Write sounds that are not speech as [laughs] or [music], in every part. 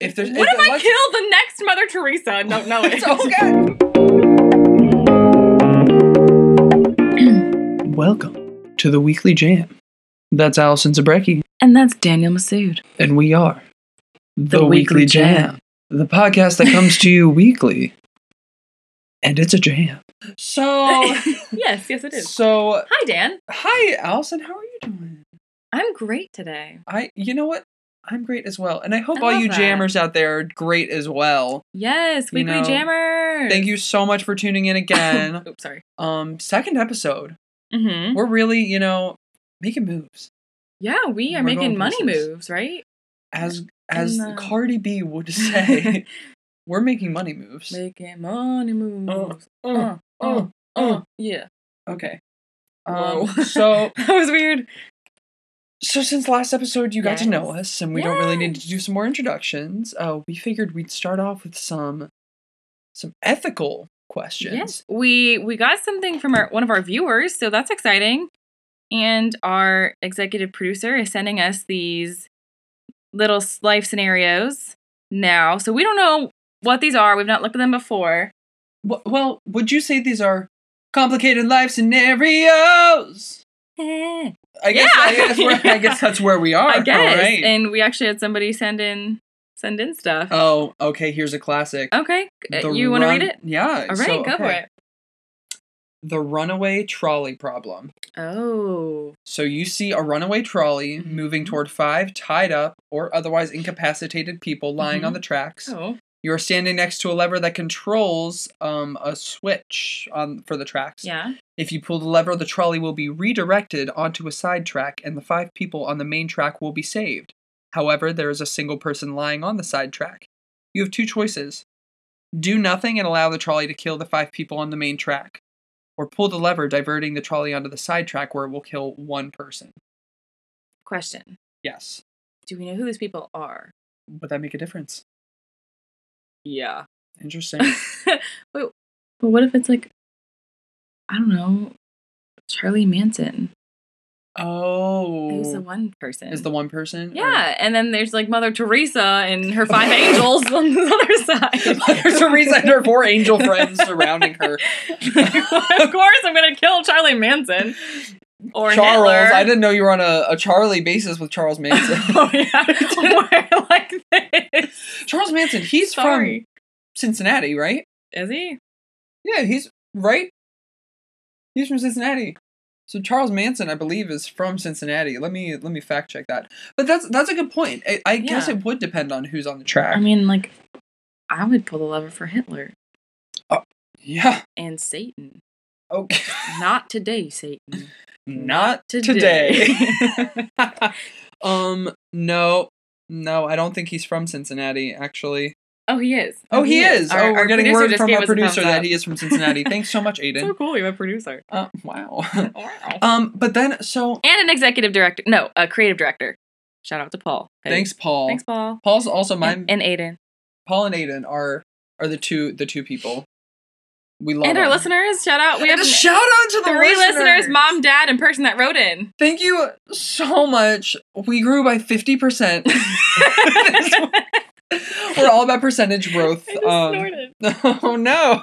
If there's What if if I elect- kill the next Mother Teresa and don't [laughs] know it? It's okay. [clears throat] Welcome to the weekly jam. That's Allison Zabrecki, And that's Daniel Masood. and we are The Weekly Jam. the podcast that comes to [laughs] you weekly, and it's a jam. So, Oh, [laughs] yes, yes, it is. so Hi, Dan. hi, Allison. How are you doing? I'm great today. I, you know what? I'm great as well, and I hope I all love you that. jammers out there are great as well. Yes, You Weekly know, Jammer. [coughs] Thank you so much for tuning in [laughs] again. Oops, sorry. um, second episode. Mm-hmm. We're really, you know, making moves. Yeah, we We're are going making money places. moves, right? as as And, uh, Cardi B [laughs] would say, we're making money moves. Making money moves. Uh, oh, uh, uh. yeah. [laughs] Okay. Whoa. Um, [laughs] so That was weird. so since last episode you got to know us and we don't really need Yes. to do some more introductions, uh, we figured we'd start off with some some ethical questions. Yes, we we got something from our one of our viewers, so that's exciting. And our executive producer is sending us these little s- life scenarios now. So we don't know what these are. We've not looked at them before. [laughs] Wh- well, would you say these are complicated life scenarios? I I guess, I, [laughs] Yeah. guess we're- I guess that's where we are. guess. All right. And we actually had somebody send in send in stuff. oh, okay. Here's a classic. okay, uh, The you want to read run- it? Yeah. All right, so- go for okay. it. the runaway trolley problem. Oh, So you see a runaway trolley moving Mhm. toward five tied up or otherwise incapacitated people lying on Mhm. the tracks. oh, You are standing next to a lever that controls um, a switch on for the tracks. yeah. If you pull the lever, the trolley will be redirected onto a side track, and the five people on the main track will be saved. However, there is a single person lying on the side track. You have two choices do nothing and allow the trolley to kill the five people on the main track, or pull the lever, diverting the trolley onto the side track where it will kill one person. Question: Yes. Do we know who these people are? Would that make a difference? Yeah. [laughs] Interesting. [laughs] Wait, but what if it's like, I don't know, Charlie Manson? Who's the oh. one person? Is the one person? or- [laughs] yeah, and then there's like Mother Teresa and her five angels on the other side. Mother Teresa and her four angel friends surrounding her. [laughs] of course, I'm gonna kill Charlie Manson or Charles. Hitler. I didn't know you were on a, a Charlie basis with [laughs] Charles Manson. oh yeah, we're [laughs] like this. Charles Manson, he's Sorry, from Cincinnati, right? is he? Yeah, he's right. He's from Cincinnati. So Charles Manson, I believe, is from Cincinnati. Let me let me fact check that. But that's that's a good point. I, I guess Yeah. Um, it would depend on who's on the track. I mean, like, I would pull the lever for Hitler yeah. and Satan. Okay. [laughs] Not today, Satan. Not today. Today. [laughs] [laughs] um. No. No, I don't think he's from Cincinnati. Actually. Oh, he is. Oh, he, is. Our- oh, we're our getting producer word just from gave our us a thumbs producer that up. he is from Cincinnati. Thanks so [laughs] much, Aiden. So cool, you have a producer. Uh, wow. [laughs] Wow. [laughs] um, but then so and an executive director. No, a creative director. Shout out to Paul. Hey. thanks, Paul. Thanks, Paul. Paul's also my And, and Aiden. Paul and Aiden are are the two the two people we love. And our them. listeners. Shout out. We And have a shout out to the three listeners, mom, dad, and person that [laughs] wrote in. [laughs] Thank you so much. We grew by fifty percent. [laughs] We're all about percentage growth. I just Um, snorted. [laughs] oh no.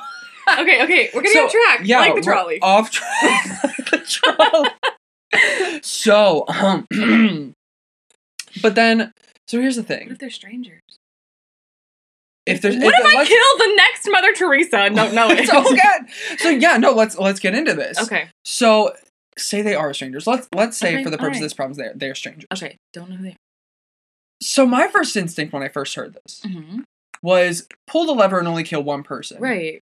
Okay, okay. We're getting so, off track. Yeah, like the we're uh, trolley. Off track. like [laughs] the trolley. so, um, [clears throat] but then, so here's the What thing. if they're strangers? If there's, what if the I elect- kill the next Mother Teresa and don't [laughs] know it? So, oh god. So yeah, no. Let's let's get into this. okay, So say they are strangers. Let's let's say Okay, for the purpose alright. of this problem, they're they're strangers. okay. Don't know who they So my first instinct when I first heard this are. Mm-hmm. was pull the lever and only kill one person. Right.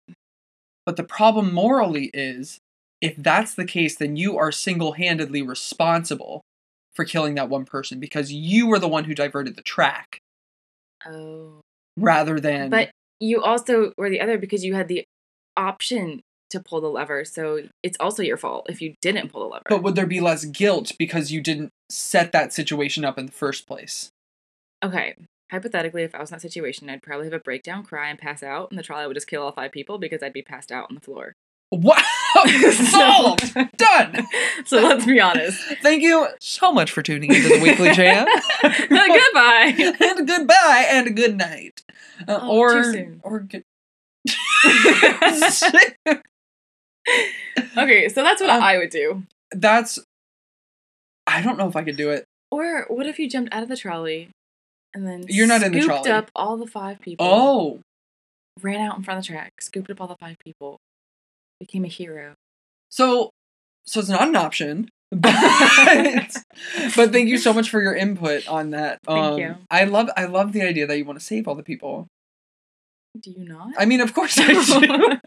But the problem morally is if that's the case, then you are single handedly responsible for killing that one person because you were the one who diverted the track Oh. rather than But you also were the other because you had the option to pull the lever, so it's also your fault if you didn't pull the lever. but would there be less guilt because you didn't set that situation up in the first place? okay, hypothetically, if I was in [laughs] that situation, I'd probably have a breakdown, cry, and pass out, and the trolley would just kill all five people because I'd be passed out on the floor. [laughs] What? Oh, Solved! Done! so let's be honest. Thank you so much for tuning [laughs] into the Weekly [laughs] Jam. [laughs] Goodbye. and goodbye and good night. Uh, Oh, or, too soon. or good. okay, so that's what Um, I would do. [laughs] That's. I don't know if I could do it. Or what if you jumped out of the trolley and then You're not in the scooped trolley. up all the five people. Oh, Ran out in front of the track, scooped up all the five people, became a hero. so so it's not an option. [laughs] But but thank you so much for your input on that. Um, Thank you. I love I love the idea that you want to save all the people. Do you not? I mean, of course [laughs] I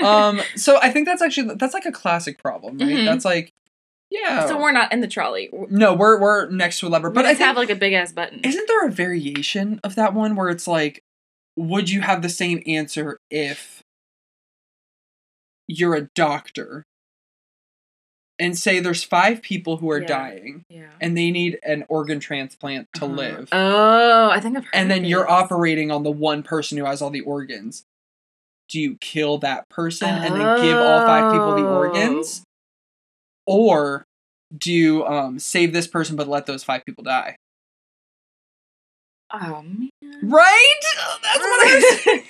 do. um so i think that's actually that's like a classic problem right Mhm. that's like yeah So we're not in the trolley. We no we're we're next to a lever but i just think have like a big ass button. isn't there a variation of that one where it's like would you have the same answer if you're a doctor and say there's five people who are Yeah. dying Yeah. and they need an organ transplant to Uh-huh. live Oh, I think I've heard. and then you're this. operating on the one person who has all the organs. Do you kill that person and then give all five people the organs, Oh. or do you um, save this person but let those five people die? Oh man. Right? That's what I.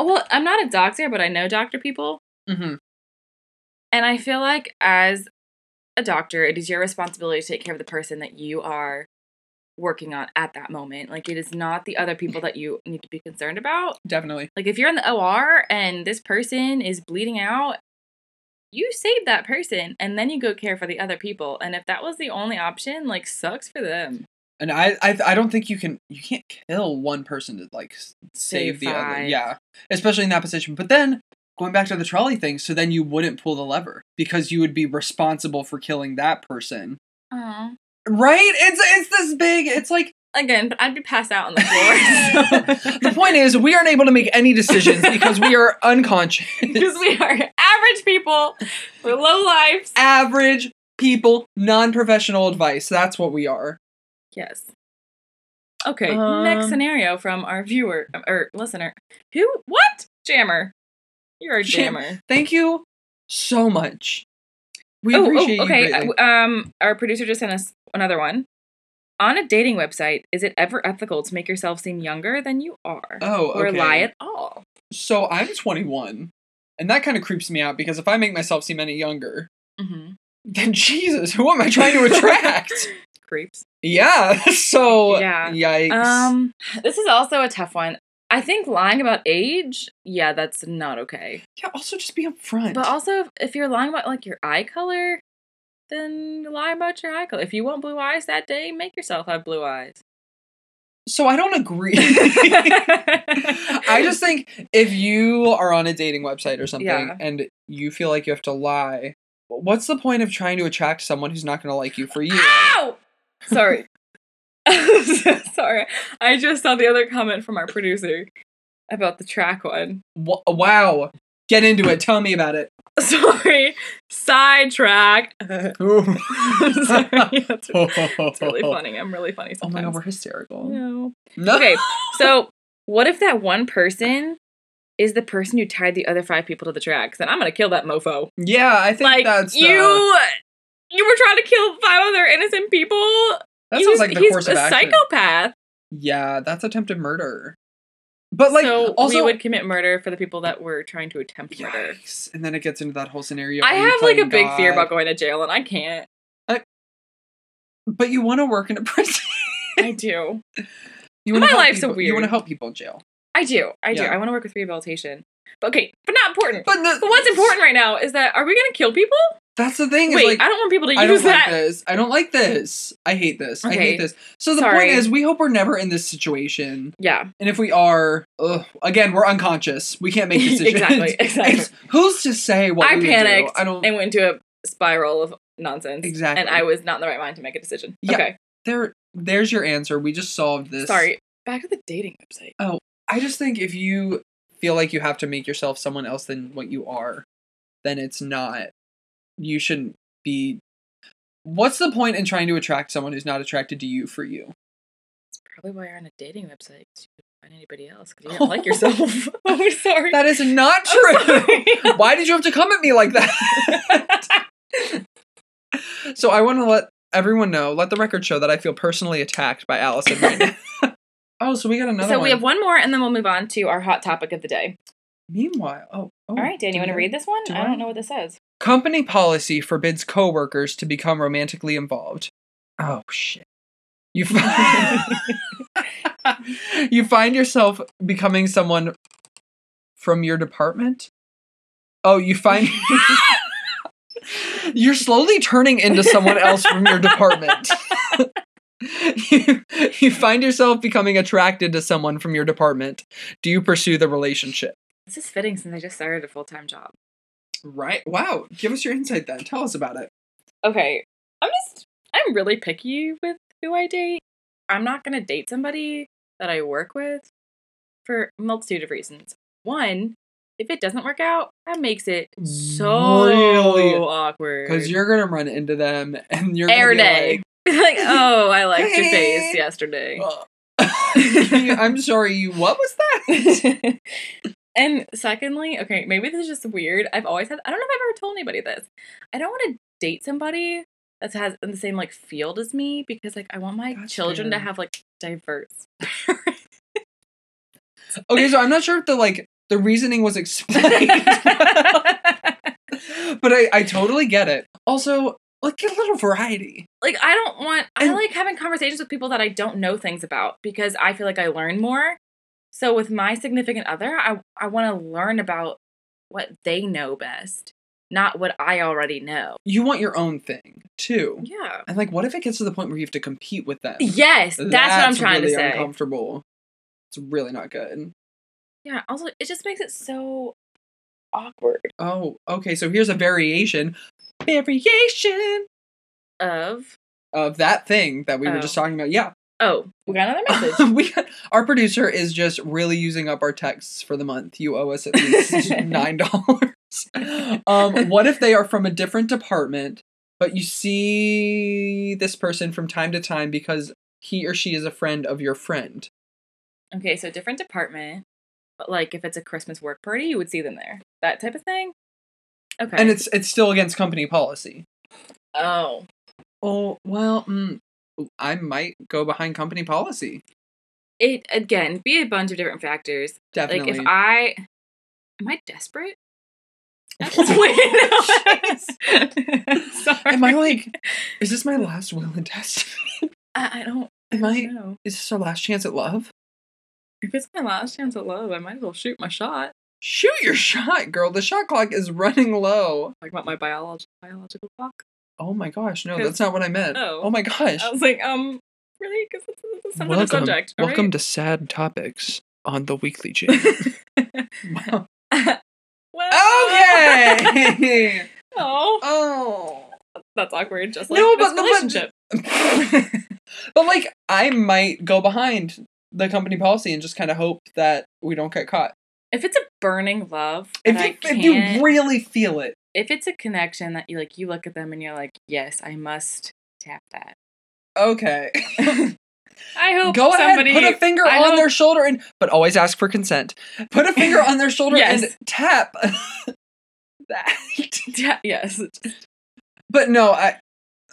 well, I'm not a doctor, but I know doctor people, mm-hmm. and I feel like as a doctor, it is your responsibility to take care of the person that you are working on at that moment. Like it is not the other people that you need to be concerned about. Definitely. Like if you're in the OR and this person is bleeding out, you save that person and then you go care for the other people. And if that was the only option, like sucks for them. And I, I, I don't think you can. You can't kill one person to like s- save, Save the other. five. Yeah, especially in that position. But then going back to the trolley thing, so then you wouldn't pull the lever because you would be responsible for killing that person. Aw. Right? It's it's this big. It's like. [laughs] Again, but I'd be passed out on the So, [laughs] the floor. point is, we aren't able to make any decisions because we are unconscious. Because we are average people. We're low lives. Average people, non professional advice. That's what we are. Yes. Okay, Um, next scenario from our viewer or listener. Who? What? Jammer. You're a Jam- jammer. Thank you so much. We oh, appreciate oh, you. okay. greatly. Uh, Um, our producer just sent us another one. On a dating website, is it ever ethical to make yourself seem younger than you are, oh, or okay. lie at all? So I'm 21, and that kind of creeps me out because if I make myself seem any younger, [laughs] Mm-hmm. then Jesus, who am I trying [laughs] to attract? Creeps. yeah. [laughs] So Yeah. yikes. Um, this is also a tough one. I think lying about age, yeah, that's not okay. yeah. Also, just be upfront. [laughs] But also, if, if you're lying about like your eye color, then lie about your eye color. If you want blue eyes that day, make yourself have blue eyes. so I don't [laughs] agree. [laughs] I just think if you are on a dating website or something Yeah. and you feel like you have to lie, what's the point of trying to attract someone who's not going to like you for you? [laughs] Ow! Sorry. [laughs] Sorry. I just saw the other comment from our producer about the track one. [laughs] Wh- wow. Get into it. Tell me about it. [laughs] Sorry. Sidetrack. [laughs] Sorry. [laughs] That's it's really funny. I'm really funny Oh my sometimes. god, we're hysterical. No. No. Okay, So, what if that one person is the person who tied the other five people to the tracks? Then I'm going to kill that mofo. Yeah, I think Like, that's uh, the- you. You were trying to kill five other innocent people. that He's- sounds like the he's course a of action. psychopath. Yeah, that's attempted murder. But like so also we would commit murder for the people that were trying to attempt murder. Yikes. And then it gets into that whole scenario. I where you have like claim a big fear God. about going to jail, and I can't. But you want to work in a [laughs] prison. I do. You wanna My help life's a people- You weird- want to help people in jail. I do. I do. Yeah. I want to work with rehabilitation. But okay, but not important. But, the, But what's important right now is that are we gonna kill people? That's the thing. is, Wait, like, I don't want people to I use don't like that. this. I don't like this. I hate this. I Okay. hate this. So the Sorry. point is, we hope we're never in this situation. Yeah. And if we are, ugh, again, we're unconscious. We can't make decisions. [laughs] [laughs] exactly. Exactly. [laughs] It's- who's to say what I we would do? panicked I don't. and went into a spiral of nonsense. Exactly. And I was not in the right mind to make a decision. Yeah. Okay. There, there's your answer. We just solved this. Sorry. Back to the dating website. I just think if you feel like you have to make yourself someone else than what you are, then it's not. You shouldn't be. What's the point in trying to attract someone who's not attracted to you for you? That's probably why you're on a dating website. 'cause find anybody else because you don't [laughs] like yourself. [laughs] I'm sorry. That is [laughs] not I'm true. sorry. Why did you have to come at me like that? [laughs] so I want to let everyone know, let the record show that I feel personally attacked by Allison right now. [laughs] oh, so we got another so one. we have one more, and then we'll move on to our hot topic of the day. Meanwhile, oh, oh. All right, Dan, you want to read this one? do I I? don't know what this says. Company policy forbids coworkers to become romantically involved. Oh shit. You find, [laughs] you find yourself becoming someone from your department? Oh, you find [laughs] You're slowly turning into someone else from your department. [laughs] you, you find yourself becoming attracted to someone from your department. Do you pursue the relationship? This is fitting since I just started a full time job. Right. Wow. Give us your insight then. Tell us about it. Okay, I'm just I'm really picky with who I date. I'm not gonna date somebody that I work with for a multitude of reasons. One, if it doesn't work out, that makes it so Really? awkward. Because you're gonna run into them, [laughs] and you're air gonna be day. [laughs] Like, oh, I liked your face [laughs] Hey. yesterday. like, "Ugh." [laughs] I'm sorry, you. What was that? [laughs] and secondly, okay, maybe this is just weird. I've always had, I don't know if I've ever told anybody this. I don't want to date somebody that has in the same like field as me because like I want my That's children fair. to have like [laughs] diverse. okay, so I'm not sure if the like the reasoning was [laughs] explained, but I I totally get it. Also, like get a little variety. like I don't want I And- like having conversations with people that I don't know things about because I feel like I learn more. So with my significant other, I I want to learn about what they know best, not what I already know. You want your own thing too, Yeah. and like, what if it gets to the point where you have to compete with them? Yes, that's, what I'm trying really to say. Uncomfortable. It's really not good. Yeah, also it just makes it so awkward Oh, okay. So here's a variation, variation of of that thing that we were Oh. just talking about. Yeah, Oh, we got another message. [laughs] we our producer is just really using up our texts for the month. You owe us at [laughs] least nine dollars. um, what if they are from a different department, but you see this person from time to time because he or she is a friend of your friend? okay, so different department, but like if it's a Christmas work party, you would see them there. That type of thing. Okay. And it's it's still against company policy. oh. Oh well, mm, I might go behind company policy. It again be a bunch of different factors. Definitely. [laughs] Like if I am I desperate? Wait, [laughs] no. Sorry. Am I like, is this my last will and testament? I, I don't Am I I? don't know. Is this our last chance at love? If it's my last chance at love, I might as well shoot my shot. Shoot your [laughs] shot, girl. The shot clock is running low. Talking about my biology biological clock. Oh my gosh, no, Cause- that's not what I meant. Oh. Oh, my gosh. I was like, um, really? Because this is a sensitive welcome, subject. all welcome right? to Sad Topics on the Weekly [laughs] Jam. wow. Well- [laughs] [laughs] Okay. [laughs] oh, oh. [laughs] that's awkward. Just like No, this but- but- relationship. but like, I might go behind the company policy and just kind of hope that we don't get caught. if it's a burning love, If and I you, if you can't- really feel it, if it's a connection that you like you look at them and you're like yes i must tap that okay. [laughs] i [laughs] hope go ahead, somebody put a finger I on hope- their shoulder and but always ask for consent. Put a finger on their shoulder Yes. and tap [laughs] that. Ta- yes But no, I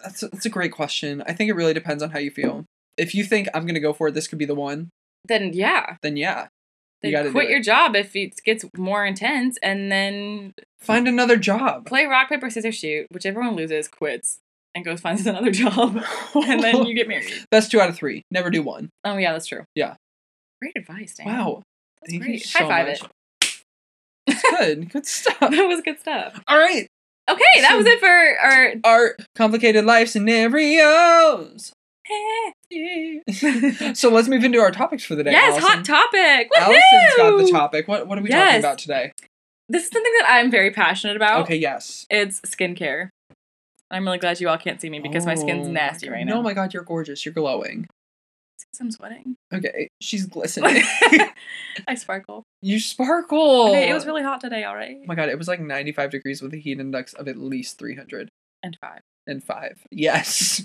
that's that's a great question. I think it really depends on how you feel. If you think I'm gonna go for it, this could be the one, then yeah then yeah. then you gotta quit do your it. job if it gets more intense and then Find another job. play rock paper scissors shoot whichever one loses quits and goes [laughs] finds another job [laughs] and then you get married [laughs] Best two out of three. Never do one. oh yeah that's true Yeah. great advice Dan. Wow. that's Thank you great so high five much. it [laughs] Good. Good stuff. [laughs] that was good stuff All right. okay that was it for our [laughs] Our complicated life scenarios. yes so let's move into our topics for the day. hot Allison. topic Woohoo! Allison's got the topic. What what are we Yes. Oh. talking about today? this is something that i'm very passionate about Okay, yes. It's skincare. I'm really glad you all can't see me because my skin's Oh, nasty right no, now. my god, you're gorgeous. You're glowing. I'm sweating. Okay, she's [laughs] glistening. [laughs] I sparkle. you sparkle. Okay, it was really hot today, all right? Oh my god, it was like 95 degrees with a heat index of at least 305. And five. Yes.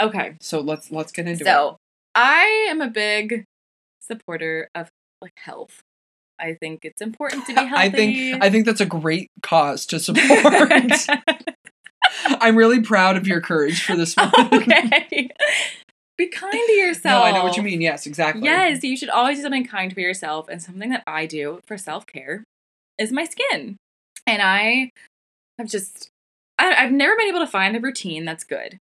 Okay, So let's let's get into so I am a big supporter of like health. I think it's important to be healthy. I think I think that's a great cause to [laughs] support. [laughs] I'm really proud of your courage for [laughs] this one. [laughs] okay. Be kind to No, yourself. I know what you mean. Yes, exactly. Yes, you should always do something kind for yourself. And something that I do for self care is my skin. And I have just, I, I've never been able to find a routine that's good.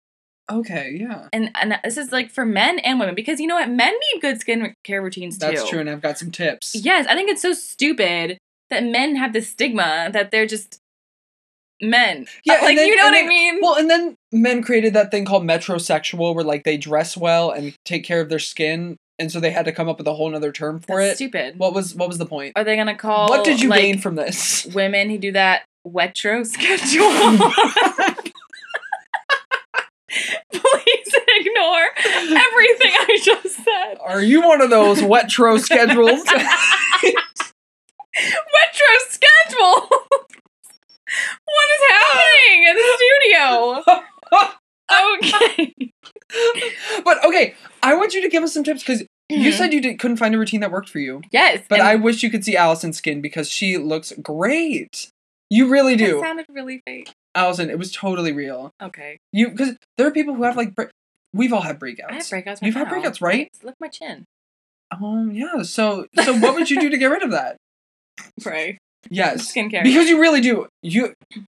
Okay. Yeah. And, and this is like for men and women because you know what? Men need good skin care routines too. That's true, and I've got some tips. Yes, I think it's so stupid that men have this stigma that they're just men. Yeah, Yeah, and [laughs] like then- you know and what then- I mean. Well, and then men created that thing called metrosexual, where like they dress well and take care of their skin, and so they had to come up with a whole nother term for That's it. stupid. What was what was the point? Are they gonna call? what did you like, gain from this? women who do that wetro [laughs] schedule? [laughs] Please ignore everything I just said. [laughs] Are you one of those wetro schedules? [laughs] Wetro schedule. what is happening in the studio? Okay. but okay, I want you to give us some tips because you Mhm. said you did, couldn't find a routine that worked for you. yes, But and I wish you could see Allison's skin because she looks great. You really that do, sounded really fake. Allison. It was totally real. Okay. You because there are people who have like bre- we've all had breakouts. I have breakouts. You've right had now. breakouts, right? Yes, Look at my chin. Um, yeah. So, so what would you do to get rid of [laughs] that? Right. Yes, Skincare. because you really do. You,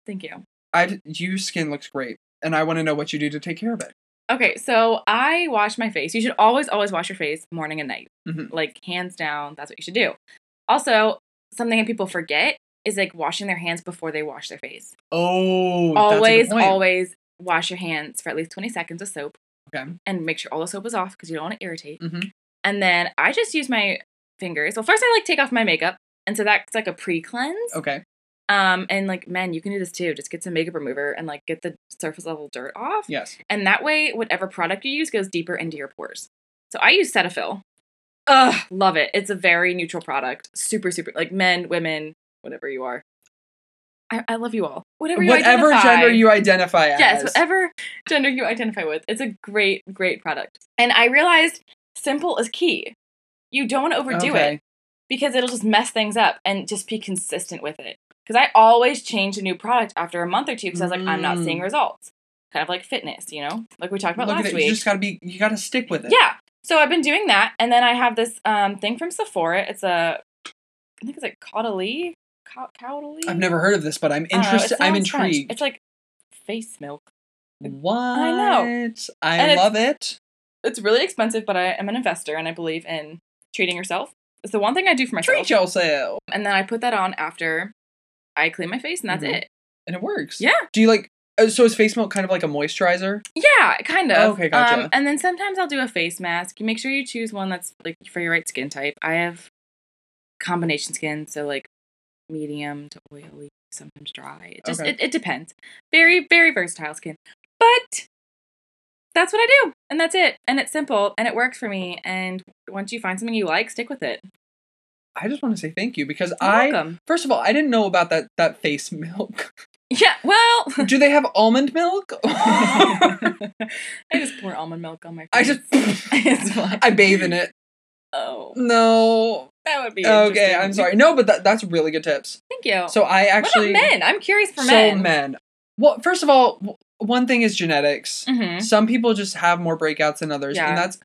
Thank you. I, your skin looks great, and I want to know what you do to take care of it. Okay, so I wash my face. You should always, always wash your face morning and night. Mhm. Like, hands down, that's what you should do. Also, something that people forget is like washing their hands before they wash their face. Oh, always, that's a good point. always wash your hands for at least 20 seconds of soap. Okay. And make sure all the soap is off because you don't want to irritate. Mhm. And then I just use my fingers. Well, first I like take off my makeup. And so that's like a pre cleanse. Okay. Um, and like men, you can do this too. Just get some makeup remover and like get the surface level dirt off. Yes. And that way, whatever product you use goes deeper into your pores. So I use Cetaphil. Ugh, love it. It's a very neutral product. Super, super like men, women, whatever you are. I, I love you all. Whatever you Whatever identify. gender you identify as. Yes, whatever gender you identify with. It's a great, great product. And I realized simple is key. You don't want to overdo it Okay. because it'll just mess things up and just be consistent with it. Because I always change a new product after a month or two because I was like, I'm not Mm. seeing results. Kind of like fitness, you know, like we talked about Look at last it. week. You just gotta be. You gotta stick with it. yeah. So I've been doing that, and then I have this um, thing from Sephora. It's a, I think it's like Caudalie. Cau- Caudalie. I've never heard of this, but I'm I don't know, Oh, it interested. I'm sounds French. intrigued. It's like face milk. What? know. I And it's- love it. It's really expensive, but I am an investor, and I believe in treating yourself. It's the one thing I do for myself, Treat yourself, and then I put that on after I clean my face, and that's Mhm. it. and it works. Yeah. Do you like? uh, So is face milk kind of like a moisturizer? Yeah, kind of. Okay, gotcha. Um, and then sometimes I'll do a face mask. You make sure you choose one that's like for your right skin type. I have combination skin, so like medium to oily, sometimes dry. It just Okay. it, it depends. Very very versatile skin, but that's what I do, and that's it. And it's simple, and it works for me. And once you find something you like, stick with it. I just want to say thank you because You're I welcome. [laughs] First of all, I didn't know about that that face milk. Yeah. Well, Do they have almond milk? [laughs] I I just pour almond milk on my. Face. [laughs] just it's fine. I bathe in it. Oh, No. that would be Okay, interesting. I'm sorry. No, but that, that's really good tips. Thank you. So I actually Oh. what about men? I'm curious for so men. men. Well, first of all, w- one thing is genetics. hmm Some people just have more breakouts than others, Yeah. and that's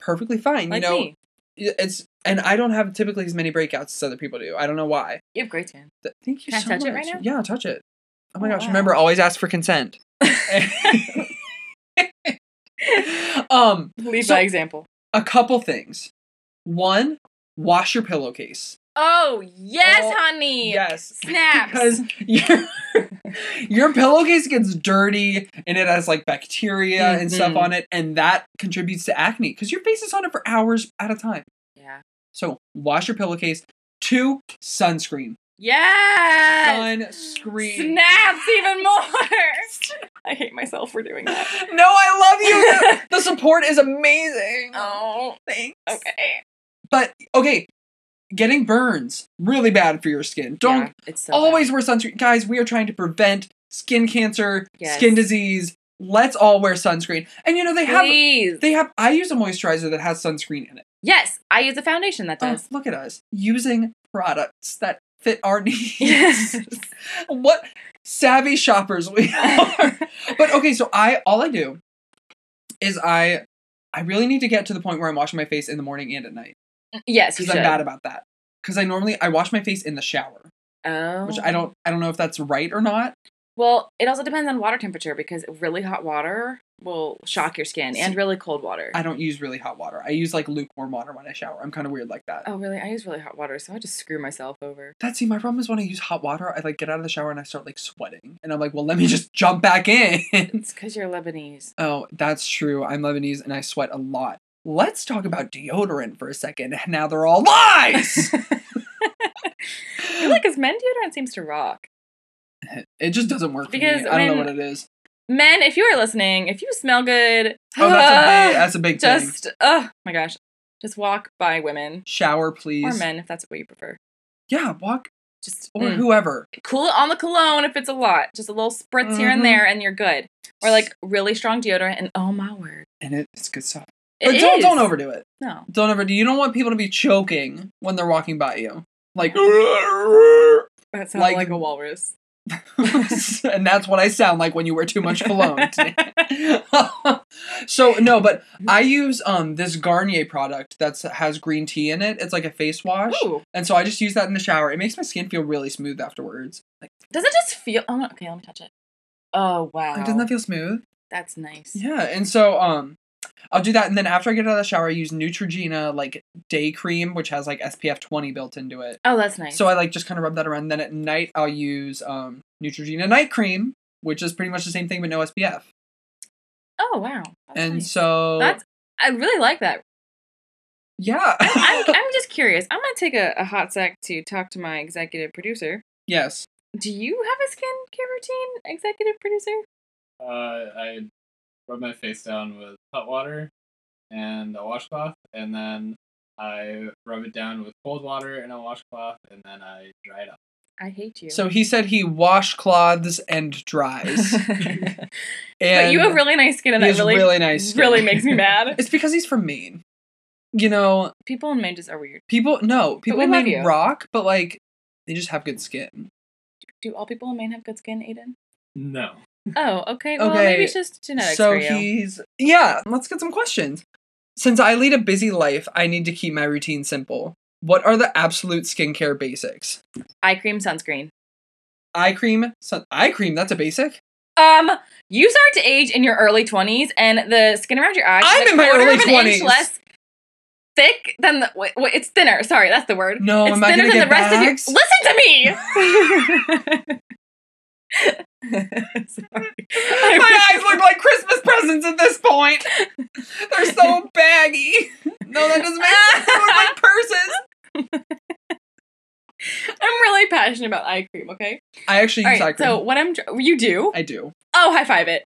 perfectly fine. Like you know, me. it's and I don't have typically as many breakouts as other people do. I don't know why. You have great skin. Th- Thank you Can I so touch much. it right now? Yeah, touch it. Oh my Oh, gosh! wow. Remember, always ask for [laughs] consent. [laughs] um, Lead So- by example. a couple things. One, wash your pillowcase. Oh yes, Oh, honey. Yes. Snaps. Because [laughs] your, your pillowcase gets dirty and it has like bacteria and stuff Mhm. on it, and that contributes to acne because your face is on it for hours at a time. yeah. So wash your pillowcase. Two, sunscreen. Yes. Sunscreen. Snaps even [laughs] more. I hate myself for doing that. No, I love you. [laughs] the support is amazing. oh. Thanks. Okay. But okay, getting burns really bad for your skin. Don't Yeah, it's so always wear sunscreen. Guys, we are trying to prevent skin cancer, Yes. skin disease. Let's all wear sunscreen. And you know they bad. have Please. they have I use a moisturizer that has sunscreen in it. Yes, I use a foundation that Oh, does. look at us using products that fit our [laughs] needs. [laughs] Yes. what savvy shoppers [laughs] we are. but okay, so I all I do is I I really need to get to the point where I'm washing my face in the morning and at night yes, you because I'm should. bad about that. Because I normally I wash my face in the shower, oh. which I don't I don't know if that's right or not. Well, it also depends on water temperature because really hot water will shock your skin and really cold water. I don't use really hot water. I use like lukewarm water when I shower. I'm kind of weird like that. oh, really? I use really hot water, so I just screw myself over. That's see, my problem is when I use hot water, I like get out of the shower and I start like sweating, and I'm like, well, let me just [laughs] jump back in. [laughs] It's because you're Lebanese. [laughs] Oh, that's true. I'm Lebanese and I sweat a lot. Let's talk about deodorant for a second. Now they're all lies. [laughs] I feel like because men deodorant seems to rock. it just doesn't work Because for me. I don't know when- what it [laughs] is. Men, if you are listening, if you smell good, Oh, that's a [laughs] big, that's a big ah, thing. just oh my gosh, just walk by women Shower, please. or men if that's what you prefer. Yeah, walk Just or mm. whoever. cool it on the cologne if it's a lot, just a little spritz here Mhm. and there, and you're good. Or like really strong deodorant, and oh my word, and it, it's good stuff. it but don't don't is. overdo it. No, Don't overdo. You don't want people to be choking when they're walking by you. Like, [laughs] that sounds Like- like, a walrus. and that's what I sound like when you wear too much cologne. [laughs] today. so no, but I use um this Garnier product that has green tea in it. It's like a face wash, Ooh, and so I just use that in the shower. It makes my skin feel really smooth afterwards. Like, does it just feel? Oh, my- okay, let me touch it. Oh wow, like, doesn't that feel smooth? that's nice. Yeah, and so um, I'll do that, and then after I get out of the shower, I use Neutrogena like day cream, which has like SPF twenty built into it. Oh, that's nice. So I like just kind of rub that around. Then at night, I'll use um Neutrogena night cream, which is pretty much the same thing but no SPF. oh wow, that's and nice. so That's- I really like that. yeah, [laughs] I'm, I'm just curious. I'm gonna take a, a hot sec to talk to my executive producer. yes. Do you have a skincare routine, executive producer? Uh, I rub my face down with hot water and a washcloth, and then I rub it down with cold water and a washcloth, and then I dry it up. I hate you. [laughs] So he said he washcloths and dries. but and you have really nice skin, and he that has really, really, really, nice. skin. makes me mad. [laughs] It's because he's from Maine. You know, People in Maine just are weird. people no people we in love Maine you. rock, but like they just have good skin. Do all people in Maine have good skin, Aiden? No. Oh, okay. Well, Okay, maybe it's just genetics so for you. he's yeah. Let's get some questions. Since I lead a busy life, I need to keep my routine simple. What are the absolute skincare basics? Eye cream, sunscreen. Eye cream, sun. Eye cream. That's a [laughs] basic. Um, you start to age in your early twenties, and the skin around your eyes. is I'm a in my quarter early of an 20s. inch Less thick than the. Wait, wait, it's thinner. Sorry, that's the word. No, it's am I thinner gonna than get the bags? rest [laughs] of [laughs] your. Listen to me. Sorry. My eyes look like Christmas presents at this point. They're [laughs] so baggy. No, that doesn't make sense. They look like [laughs] purses. I'm really passionate about eye cream. Okay. I actually All use eye right. cream. So what I'm dr- you do? I [laughs] do. Oh, high five it.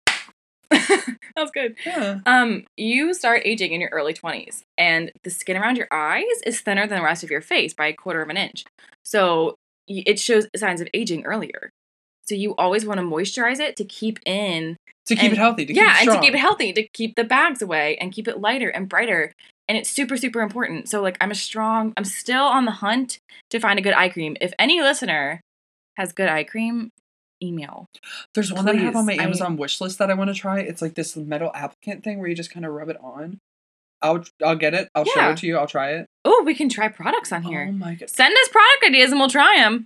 that was good. Yeah. Um, you start aging in your early 20s, and the skin around your eyes is thinner than the rest of your face by a quarter of an inch. So y- it shows signs of aging earlier. So you always want to moisturize it to keep in, To keep And- it healthy. To yeah, keep it and strong. to keep it healthy, to keep the bags away, and keep it lighter and brighter. And it's super, super important. So like, I'm a strong. I'm still on the hunt to find a good eye cream. If any listener has good eye cream, email. There's one that I have on my Please, I- Amazon wish list that I want to try. It's like this metal applicant thing where you just kind of rub it on. I'll I'll get it. I'll show Yeah. it to you. I'll try it. Oh, we can try products on Oh here. my god. Send us product ideas and we'll try them.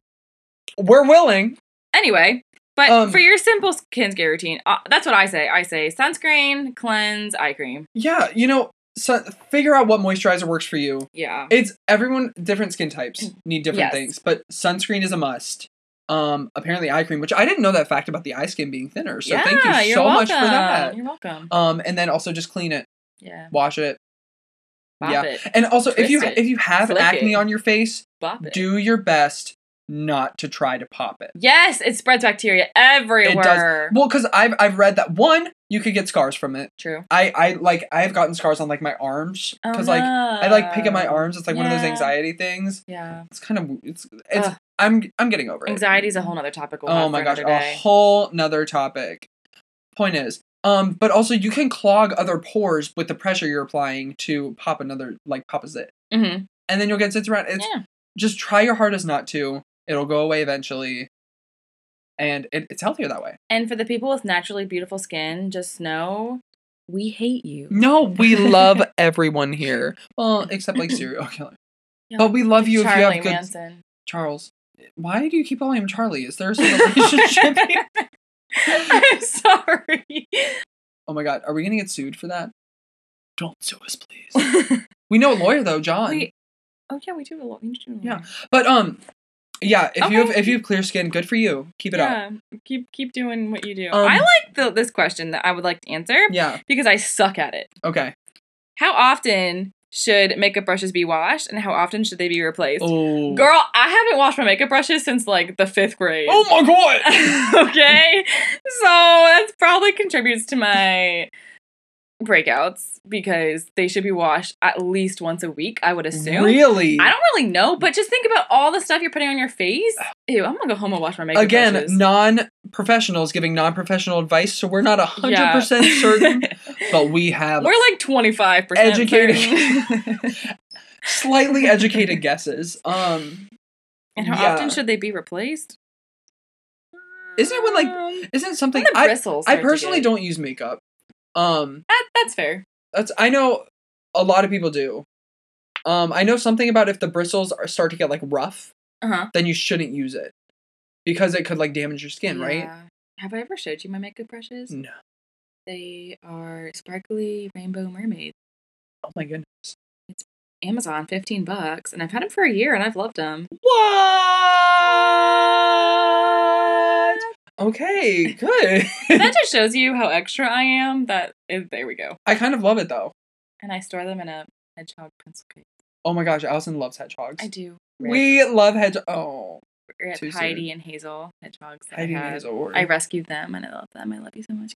We're willing. Anyway, but Um, for your simple skincare routine, uh, that's what I say. I say sunscreen, cleanse, eye cream. Yeah, you know, so figure out what moisturizer works for you. Yeah. It's everyone different skin types need different Mm, Yes. things, but sunscreen is a must. Um, apparently eye cream, which I didn't know that fact about the eye skin being thinner. So yeah, thank you so you're much for welcome. that. You're welcome. Um, and then also just clean it, Yeah. wash it, Bop Yeah. it. and also if you Twist it. if you have Flick acne it. on your face, Bop it. do your best not to try to pop it. yes, it spreads bacteria everywhere. Well, because I've I've read that one, you could get scars from it. True. Oh, I I like I have gotten scars on like my arms because like I like pick at my arms. It's like one of those Yeah. anxiety things. Yeah. It's kind of it's it's Ugh. I'm I'm getting over it. Anxiety is a whole nother topic. We'll oh have my for gosh, another a day. whole nother topic. Point is, Um, but also you can clog other pores with the pressure you're applying to pop another like pop a zit, hmm and then you'll get zits around. It's Yeah. just try your hardest not to. It'll go away eventually, and it, it's healthier that way. And for the people with naturally beautiful skin, just know we hate you. No, [laughs] we love everyone here. Well, except like [clears throat] serial killer. Yeah, But we love you if you Charlie have good Manson. Charles. Why do you keep calling him Charlie? Is there some [laughs] relationship? here? I'm sorry. oh my god, are we gonna get sued for that? Don't sue us, please. [laughs] We know a lawyer though, John. Wait. Oh yeah, we do a lot. We do a lot. Yeah. But um, yeah. If you have Okay. if you have clear skin, good for you. Keep it up. yeah. Keep keep doing what you do. Um, I like the, this question that I would like to answer Yeah. because I suck at it. Okay. How often should makeup brushes be washed, and how often should they be replaced? Oh. Girl, I haven't washed my makeup brushes since like the fifth grade. [laughs] Oh my god. okay. So that probably contributes to my breakouts because they should be washed at least once a week, I would assume. Really? I don't really know, but just think about all the stuff you're putting on your face. Ew, I'm gonna go home and wash my makeup. Again, brushes. non-professionals giving non-professional advice, so we're not hundred Yeah. percent [laughs] certain, but we have We're like 25% Educated. certain. [laughs] slightly educated guesses. Um, and how Yeah. often should they be replaced? Isn't it when, like, Um, isn't when something the I bristles? I start to personally get- don't use makeup. Um, That, that's fair. That's I know a lot of people do. Um, I know something about if the bristles are, start to get like rough, Uh huh. then you shouldn't use it because it could like damage your skin, right? Mm. Have I ever showed you my makeup brushes? No. They are sparkly rainbow mermaids. Oh my goodness. Amazon, 15 bucks, and I've had them for a year and I've loved them. What? Okay, [laughs] good. that just shows you how extra I am. That is, there we go. I kind of love it though. And I store them in a hedgehog pencil case. Oh my gosh, Allison loves hedgehogs. I do. Rip, We love hedge. Oh, rip too soon. Heidi and Hazel hedgehogs. that I, Heidi had. is a word. I rescued them and I love them. I love you so much.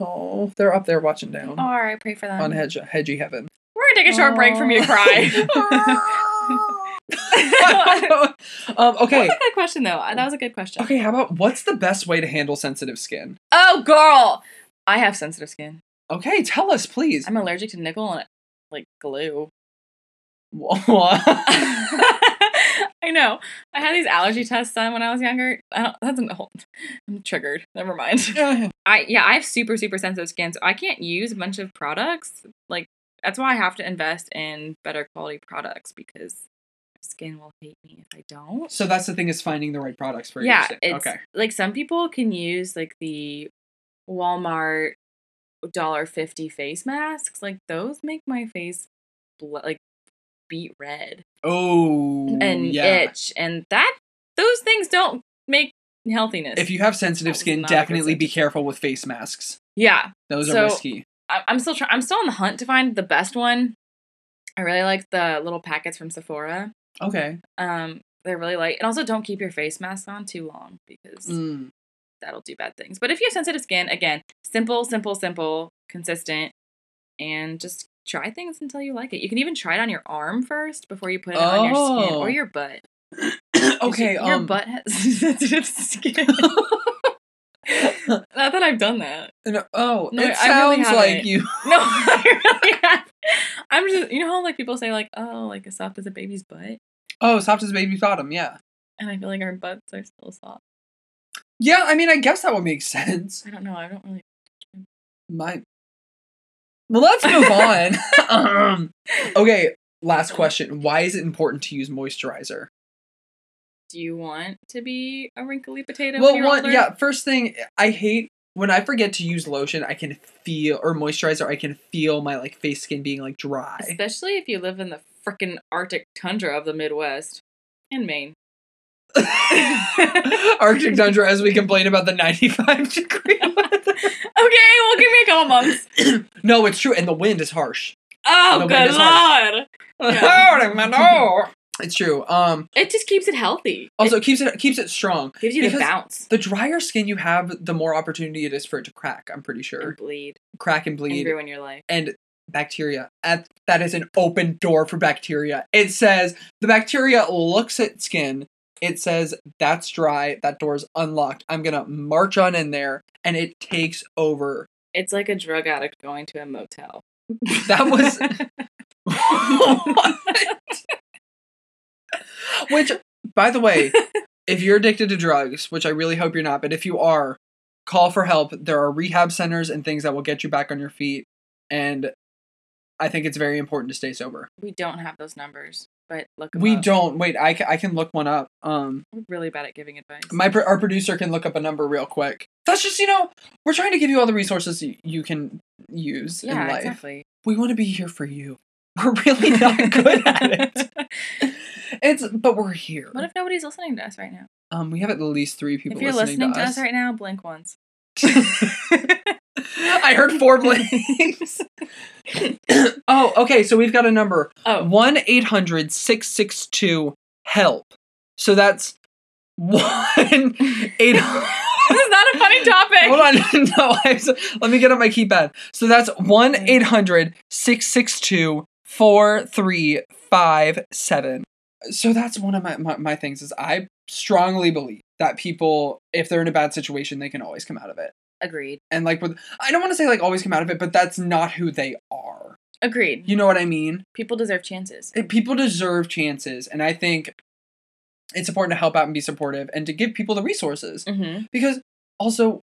oh, they're up there watching down All right, pray for them. on hedge hedgy heaven. We're gonna Oh, take a short break for me to [laughs] cry. [laughs] um, okay. That's a good question though. That was a good question. Okay, how about what's the best way to handle sensitive skin? Oh, girl, I have sensitive skin. Okay, tell us, please. I'm allergic to nickel and like glue. [laughs] [laughs] What? I know. I had these allergy tests done when I was younger. I don't, that's an whole. I'm triggered. Never mind. I yeah, I have super super sensitive skin, so I can't use a bunch of products. Like that's why I have to invest in better quality products because my skin will hate me if I don't. so that's the thing is finding the right products for yeah, your skin. it's okay. like some people can use like the Walmart dollar fifty face masks. Like those make my face bl- like beat red Oh, and yeah. itch and that those things don't make healthiness if you have sensitive That was skin, Oh, not a good definitely be sentence. careful with face masks. yeah Those So- are risky. I, i'm still trying i'm still on the hunt to find the best one i really like the little packets from sephora Okay. um they're really light and also don't keep your face mask on too long because Mm. that'll do bad things but if you have sensitive skin again simple simple simple consistent and just try things until you like it you can even try it on your arm first before you put it on your skin Oh. or your butt 'Cause okay. your, your um, butt has [laughs] sensitive [laughs] skin Not that I've done that. no- oh, No, it I really sounds like haven't. you. No, [laughs] I really have. I'm just, you know how like people say like, oh, like as soft as a baby's butt, Oh, soft as a baby's bottom. Yeah. and I feel like our butts are still soft. Yeah. I mean, I guess that would make sense. I don't know. I don't really. My. Well, let's move on. [laughs] um, okay. Last question. Why is it important to use moisturizer? Do you want to be a wrinkly potato? when well, you're one, older? yeah. First thing, I hate when I forget to use lotion. I can feel or moisturizer. I can feel my like face skin being like dry. Especially if you live in the freaking Arctic tundra of the Midwest [laughs] and Maine. [laughs] Arctic tundra, as we complain about the ninety-five [laughs] degree. weather. Okay, well, give me a couple months. no, it's true, and the wind is harsh. Oh, The wind good is lord! Yeah. It's true. Um. It just keeps it healthy. Also, it keeps it keeps it strong. it gives you the because- bounce. The drier skin you have, the more opportunity it is for it to crack. I'm pretty And sure bleed crack and bleed. and ruin your life. and bacteria. At, that is an open door for bacteria. It says the bacteria looks at skin. It says that's dry. That door's unlocked. I'm gonna march on in there, and it takes over. [laughs] It's like a drug addict going to a motel. That was [laughs] [laughs] Which, by the [laughs] way, if you're addicted to drugs, which I really hope you're not, but if you are, call for help. There are rehab centers and things that will get you back on your feet. And I think it's very important to stay sober. we don't have those numbers, but look. 'em We up. don't wait. I, ca- I can look one up. Um, We're really bad at giving advice. my pro- our producer can look up a number real quick. That's just you know we're trying to give you all the resources you, you can use in yeah, life. exactly. We want to be here for you. [laughs] We're really [laughs] not good at it. It's but we're here. What if nobody's listening to us right now? Um, we have at least three people if you're listening, listening, to, us. right now, blink once. I heard [laughs] four [laughs] blinks. [laughs] oh, okay. So we've got a number Oh, 1 800 662 HELP. So that's 1 800. this is not a funny topic. Hold on. [laughs] No, I was- let me get on my keypad. So that's 1 800 662 4357. So that's one of my, my, my things is I strongly believe that people, if they're in a bad situation, they can always come out of it. Agreed. And like with, I don't want to say like always come out of it, but that's not who they are. Agreed. You know what I mean? People deserve chances. it- people deserve chances and i think it's important to help out and be supportive and to give people the resources Mm-hmm. because also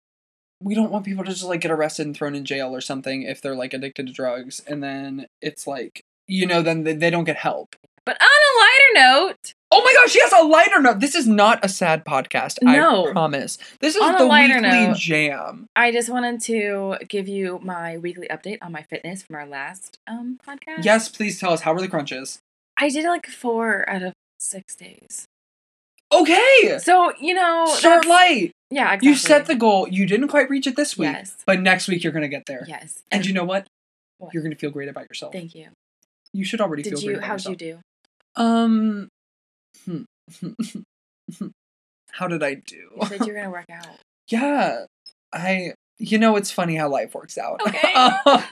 we don't want people to just like get arrested and thrown in jail or something if they're like addicted to drugs and then it's like you know then they, they don't get help But on a lighter note, oh my gosh yes a lighter note this is not a sad podcast i No. promise this is On a the lighter weekly note. jam I just wanted to give you my weekly update on my fitness from our last um podcast. yes please tell us how were the crunches I did like four out of six days. okay So you know, start that's- light Yeah, exactly. you set the goal you didn't quite reach it this week yes, but next week you're gonna get there yes. And you know what? What? You're gonna feel great about yourself. Thank you. you should already Did feel great you? about How'd you yourself. do? Um, hmm. [laughs] how did I do? You said you were gonna work [laughs] out. yeah, I. You know, it's funny how life works out. [laughs] Uh,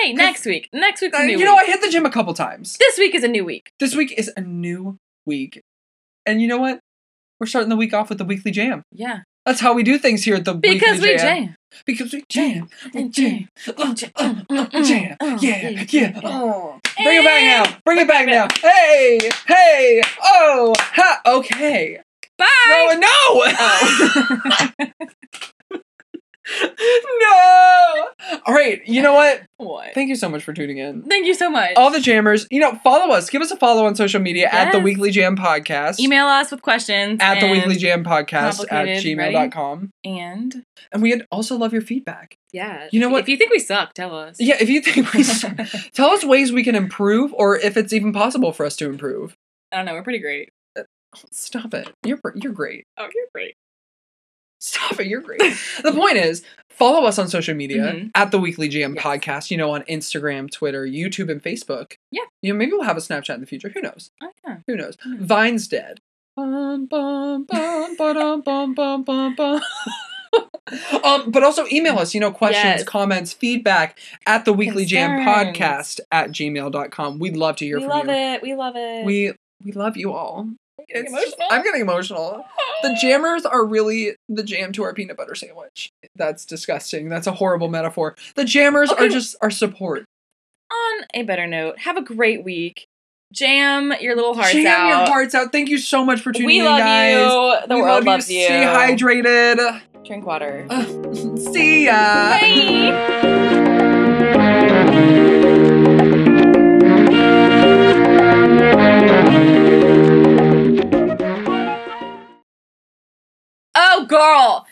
Okay. Hey, next week. Next week's a new oh. you week. know, I hit the gym a couple [laughs] times. This week is a new week. This week is a new week, and you know what? We're starting the week off with the weekly jam. Yeah, That's how we do things here at the because weekly we jam. Because we jam. And Jam. jam. Uh, jam. uh, uh, Mm, Jam. mm, Yeah. yeah, Yeah. yeah. Oh. Bring it back now. Bring it back now. Hey, hey, oh, ha. Okay. No, Bye. no. [laughs] Oh. [laughs] no. All right. You know what? [laughs] What? Thank you so much for tuning in. Thank you so much. All the jammers, you know, follow us. Give us a follow on social media at the Yes. Weekly Jam Podcast. Email us with questions at the and- Weekly Jam Podcast at Complicated, right? gmail.com. and And we'd also love your feedback. yeah. You know what? If you think we suck, tell us. [laughs] Yeah, [laughs] if you think we tell us ways we can improve or if it's even possible for us to improve. I don't know. We're pretty great. Stop it. You're you're great. [laughs] Oh, you're great. Stop it, you're [laughs] great. the point is, follow us on social media Mhm. at the Weekly Jam Yes. Podcast, you know, on Instagram, Twitter, YouTube, and Facebook. Yeah. You know, maybe we'll have a Snapchat in the future. Who knows? Oh yeah. Who knows? Who knows? Vine's dead. Bum, bum, bum, ba-dum, bum, bum, bum, bum. [laughs] um, but also email us, you know, questions, Yes. comments, feedback at the Weekly Jam Concerns. Podcast at gmail.com. We'd love to hear we from love you. it. We love it. We we love you all. getting It's just- emotional. I'm [laughs] getting emotional. The jammers are really the jam to our peanut butter sandwich. That's disgusting. That's a horrible metaphor. The jammers are Okay. just our support. On a better note, have a great week. Jam your little hearts jam out. your hearts out. Thank you so much for tuning we in, love guys. you. The We world love loves you. Stay hydrated. Drink water. See ya. Bye. Oh, girl.